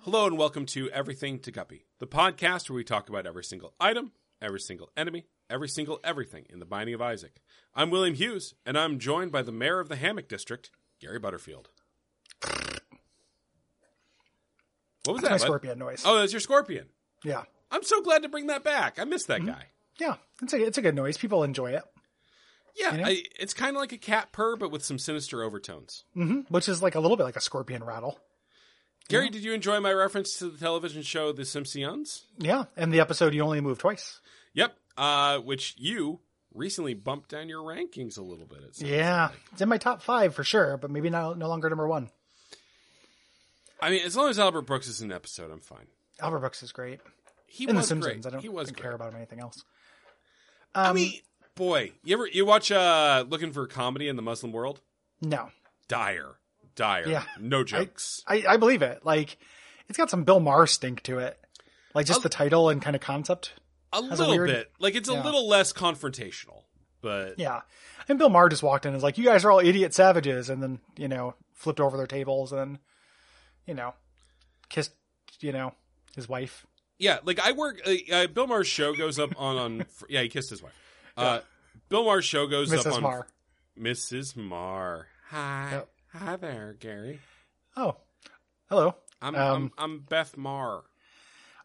Hello and welcome to Everything to Guppy, the podcast where we talk about every single item, every single enemy, every single everything in the Binding of Isaac. I'm William Hughes, and I'm joined by the mayor of the Hammock District, Gary Butterfield. What was That's my that? bud? scorpion noise. Oh, that's your scorpion. Yeah. I'm so glad to bring that back. I miss that guy. Yeah. It's a, it's a good noise. People enjoy it, Yeah, know? I, it's kind of like a cat purr, but with some sinister overtones. hmm which is like a little bit like a scorpion rattle. Gary, did you enjoy my reference to the television show The Simpsons? Yeah. And the episode, you only move twice. Yep. Uh, which you recently bumped down your rankings a little bit. It sounds Yeah. like. It's in my top five for sure, but maybe not, no longer number one. I mean, as long as Albert Brooks is in an episode, I'm fine. Albert Brooks is great. He In The was Simpsons. great. I don't he was care great. about him anything else. Um, I mean, boy, you ever you watch uh looking for comedy in the Muslim world? No. Dire, dire. Yeah. No jokes. I, I believe it. Like, it's got some Bill Maher stink to it. Like, just Oh. the title and kind of concept. a has a little weird- bit. Like it's a yeah. little less confrontational, but Yeah. And Bill Maher just walked in and was like, you guys are all idiot savages. And then, you know, flipped over their tables and, you know, kissed, you know, his wife. Yeah, like I work. Uh, uh, Bill Maher's show goes up on on. fr- Yeah, he kissed his wife. Uh, Bill Maher's show goes up Mrs. on Maher. Mrs. Mar. Hi, Yep. hi there, Gary. Oh, hello. I'm Um, I'm, I'm Beth Mar.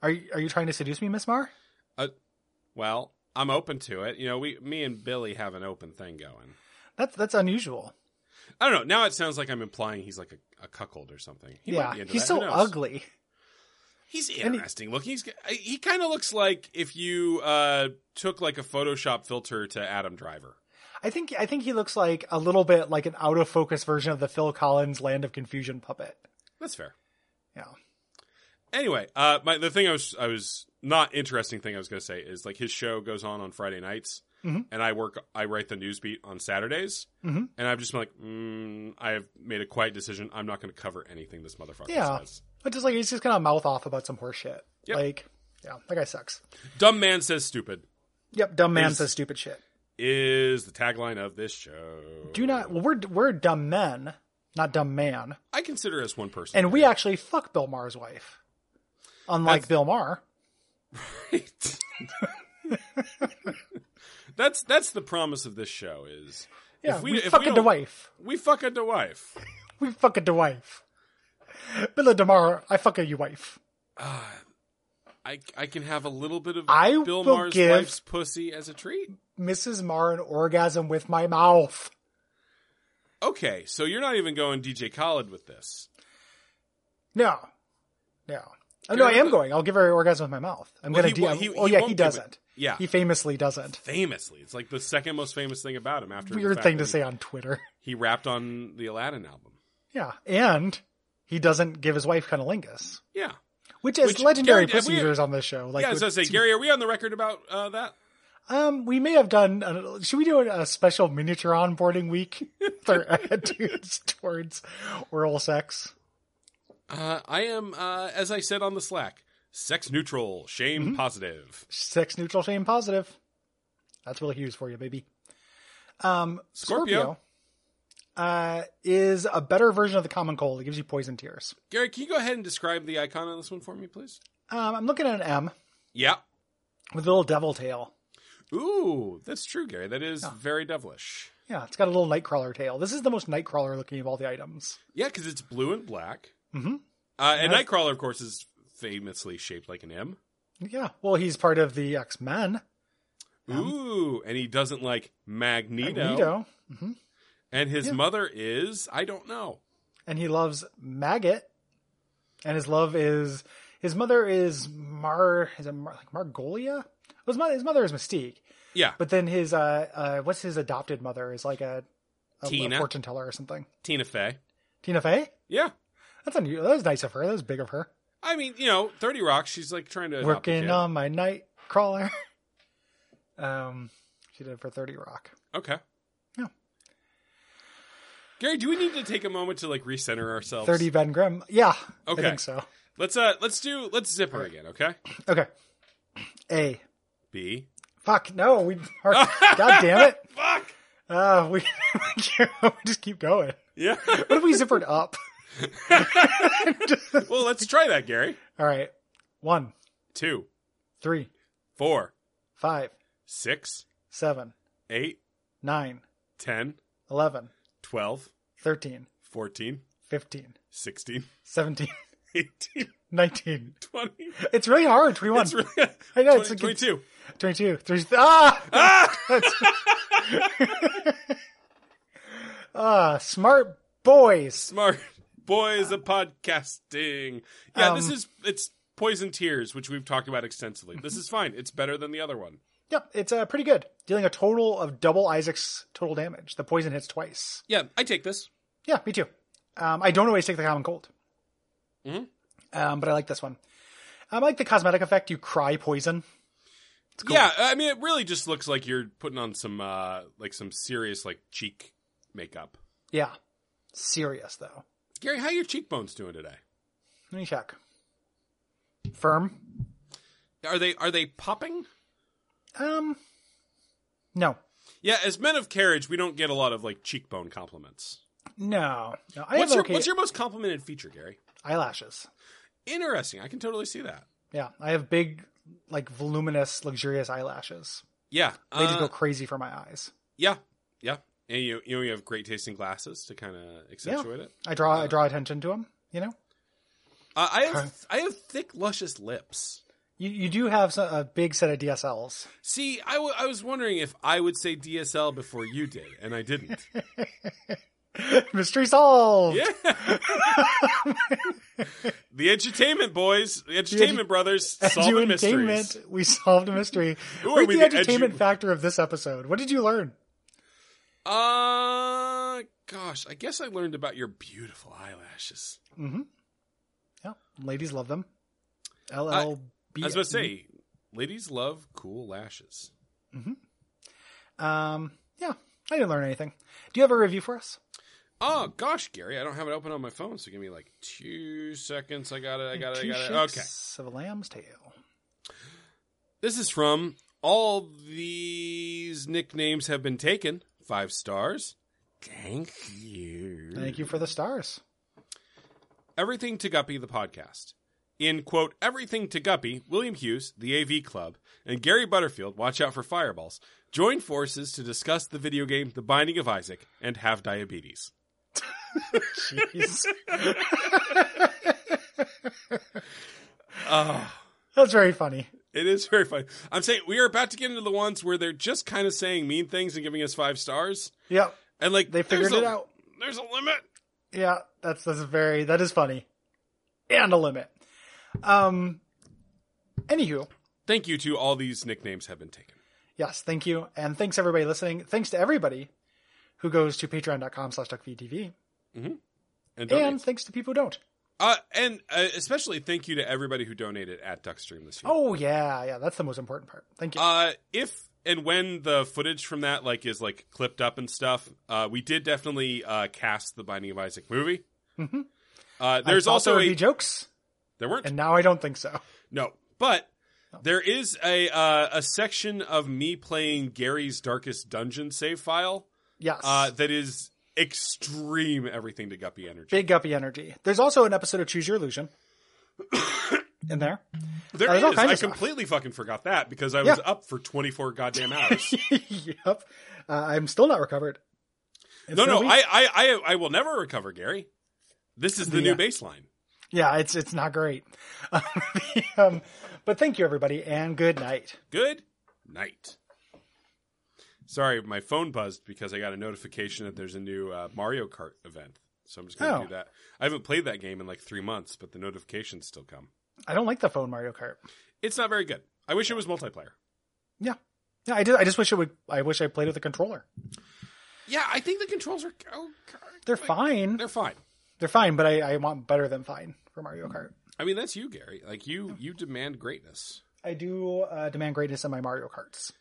Are you, are you trying to seduce me, Miss Maher? Well, I'm open to it. You know, we me and Billy have an open thing going. That's, that's unusual. I don't know. Now it sounds like I'm implying he's like a, a cuckold or something. He might yeah. be into He's that. so Who knows? ugly. He's he- interesting looking. He's he, he kind of looks like if you uh, took like a Photoshop filter to Adam Driver. I think, I think he looks like a little bit like an out of focus version of the Phil Collins Land of Confusion puppet. That's fair. Yeah. anyway, uh, my the thing I was I was not interesting thing I was going to say is like his show goes on on Friday nights, Mhm. and I work I write the news beat on Saturdays, Mhm. and I've just been like, mm, I've made a quiet decision. I'm not going to cover anything this motherfucker Yeah. says. But just like, he's just kind of mouth off about some horse shit. Yep. Like, yeah, that guy sucks. Dumb man says stupid Yep. Dumb man There's- says stupid shit. is the tagline of this show. Do not. Well, we're we're dumb men, not dumb man, I consider us one person, and we actually fuck Bill Maher's wife. That's- Unlike Bill Maher, that's that's the promise of this show is yeah, if we, we, if we fucking the don't- wife. we fucking the wife. We fucking the wife. Bill Maher, I fuck you wife. I, I can have a little bit of I Bill will Maher's give- wife's pussy as a treat. Mrs. Maher an orgasm with my mouth. Okay, so you're not even going DJ Khaled with this. No, no, oh, no. I You're- am going. I'll give her an orgasm with my mouth. I'm Well, gonna. he do. won't- he- oh he yeah, won't he give it. doesn't. Yeah, He famously doesn't. famously, it's like the second most famous thing about him after the Weird fact thing that to he- say on Twitter. He rapped on the Aladdin album. Yeah, and he doesn't give his wife cunnilingus. Yeah, Which is Which- legendary Gary, have pussy we- users on this show. Like, yeah. As I say, Gary, are we on the record about uh, that? um, we may have done. uh should we do a, a special miniature onboarding week for attitudes towards oral sex? Uh, I am, uh, as I said on the Slack, sex neutral, shame Mm-hmm. positive. Sex neutral, shame positive. That's Will Hughes for you, baby. Um, Scorpio. Scorpio, uh, is a better version of the common cold. It gives you poison tears. Gary, can you go ahead and describe the icon on this one for me, please? Um, I'm looking at an M Yeah. with a little devil tail. Ooh, that's true, Gary. That is very devilish. Yeah, it's got a little nightcrawler tail. This is the most nightcrawler looking of all the items. Yeah, because it's blue and black. Mhm. Uh, and Yeah. Nightcrawler, of course, is famously shaped like an M. Yeah, well, he's part of the X Men. Ooh, and he doesn't like Magneto. Magneto. hmm And his mother is I don't know. And he loves Maggot. And his love is his mother is Mar is it Mar, like Margolia? Well, His mother his mother is Mystique. Yeah, But then his uh, uh what's his adopted mother is like a, a Tina. fortune teller or something. Tina Fey. Tina Fey? Yeah, That's unusual. That was nice of her. That was big of her. I mean, you know, Thirty Rock. She's like trying to adopt a Working kid. on my night crawler. um she did it for 30 Rock. Okay. Yeah. Gary, do we need to take a moment to like recenter ourselves? 30 Ben Grimm. Yeah. Okay. I think so. Let's uh, let's do let's zip her again. Okay. Okay. A. B. Fuck, no, we are God damn it. Fuck. Uh, we, we just keep going. Yeah. What if we zippered up? well, let's try that, Gary. All right. One, Two, three, four, five, six, seven, eight, nine, ten, eleven, twelve, thirteen, fourteen, fifteen, sixteen, seventeen, eighteen, nineteen. twenty. It's really hard. 21, It's really I know, it's a good- 22. 22, 3. Ah! Ah! Ah, smart boys. Smart Boys of Podcasting. Yeah, this Um, is it's Poison Tears, which we've talked about extensively. This is fine. It's better than the other one. Yep, it's uh, pretty good. Dealing a total of double Isaac's total damage. The poison hits twice. Yeah, I take this. Yeah, me too. Um, I don't always take the common cold. Mhm. Um, but I like this one. Um, I like the cosmetic effect. You cry poison. Yeah, I mean it really just looks like you're putting on some uh like some serious like cheek makeup. Yeah. Serious, though. Gary, how are your cheekbones doing today? Let me check. Firm. Are they are they popping? Um, no. Yeah, as men of carriage, we don't get a lot of like cheekbone compliments. No. No. I What's have your okay what's your most complimented feature, Gary? eyelashes. Interesting. I can totally see that. Yeah. I have big, like, voluminous, luxurious eyelashes. Yeah. They just uh, go crazy for my eyes. Yeah, yeah, and you you know you have great tasting glasses to kind of accentuate it. I draw, I draw attention to them, you know? Uh, I have I have thick, luscious lips. You, you do have so- a big set of DSLs. See, I, w- I was wondering if I would say DSL before you did, and I didn't. Mystery solved! Yeah. the entertainment boys, the entertainment brothers, solving mysteries. Edutainment, we solved a mystery. Ooh, Rate I mean, the the entertainment edu- factor of this episode. What did you learn? Uh, gosh, I guess I learned about your beautiful eyelashes. Mm-hmm. Yeah, ladies love them. I LLB. I was about to say, ladies love cool lashes. Um, yeah, I didn't learn anything. Do you have a review for us? Oh gosh, Gary, I don't have it open on my phone, so give me like two seconds. I got it. I got it. I Two got it. Okay, shakes of a lamb's tail. this is from all these nicknames have been taken. Five stars. Thank you. Thank you for the stars. Everything to Guppy, the podcast. In quote, Everything to Guppy, William Hughes, the AV Club, and Gary Butterfield, watch out for fireballs, join forces to discuss the video game The Binding of Isaac and have diabetes. Jeez. Oh. That's very funny. It is very funny. I'm saying we are about to get into the ones where they're just kind of saying mean things and giving us five stars, Yeah, and like they there's figured it a- out. There's a limit. Yeah, that's that's very that is funny, and a limit. Um, anywho, Thank you to all these nicknames have been taken. Yes, thank you. And thanks everybody listening. Thanks to everybody who goes to patreon.com slash duckfeedtv. And, And donates. thanks to people who don't. uh, and uh, especially thank you to everybody who donated at Duckstream this year. Oh yeah, yeah, that's the most important part. Thank you. Uh, if and when the footage from that like is like clipped up and stuff, uh, we did definitely uh, cast the Binding of Isaac movie. Mhm. Uh, I there's thought also there would a be jokes, there weren't and now I don't think so. No, but there is a uh, a section of me playing Gary's Darkest Dungeon save file Yes. uh, that is extreme everything to Guppy energy. Big guppy energy. There's also an episode of Choose Your Illusion in there. There there's all is. kinds I of stuff. completely fucking forgot that because I was Yeah. up for twenty four goddamn hours. yep. Uh, I'm still not recovered. It's no, been no, a week. I, I, I, I will never recover, Gary. This is the Yeah. new baseline. Yeah, it's it's not great. Um, the, um, but thank you everybody, and good night. Good night. Sorry, my phone buzzed because I got a notification that there's a new uh, Mario Kart event. So I'm just going to Oh. do that. I haven't played that game in like three months, but the notifications still come. I don't like the phone Mario Kart. It's not very good. I wish it was multiplayer. Yeah. Yeah, I did. I just wish it would. I wish I played with a controller. Yeah, I think the controls are oh, They're fine. They're, they're fine. fine, but I, I want better than fine for Mario Kart. I mean, that's you, Gary. Like you, you demand greatness. I do uh, demand greatness in my Mario Karts.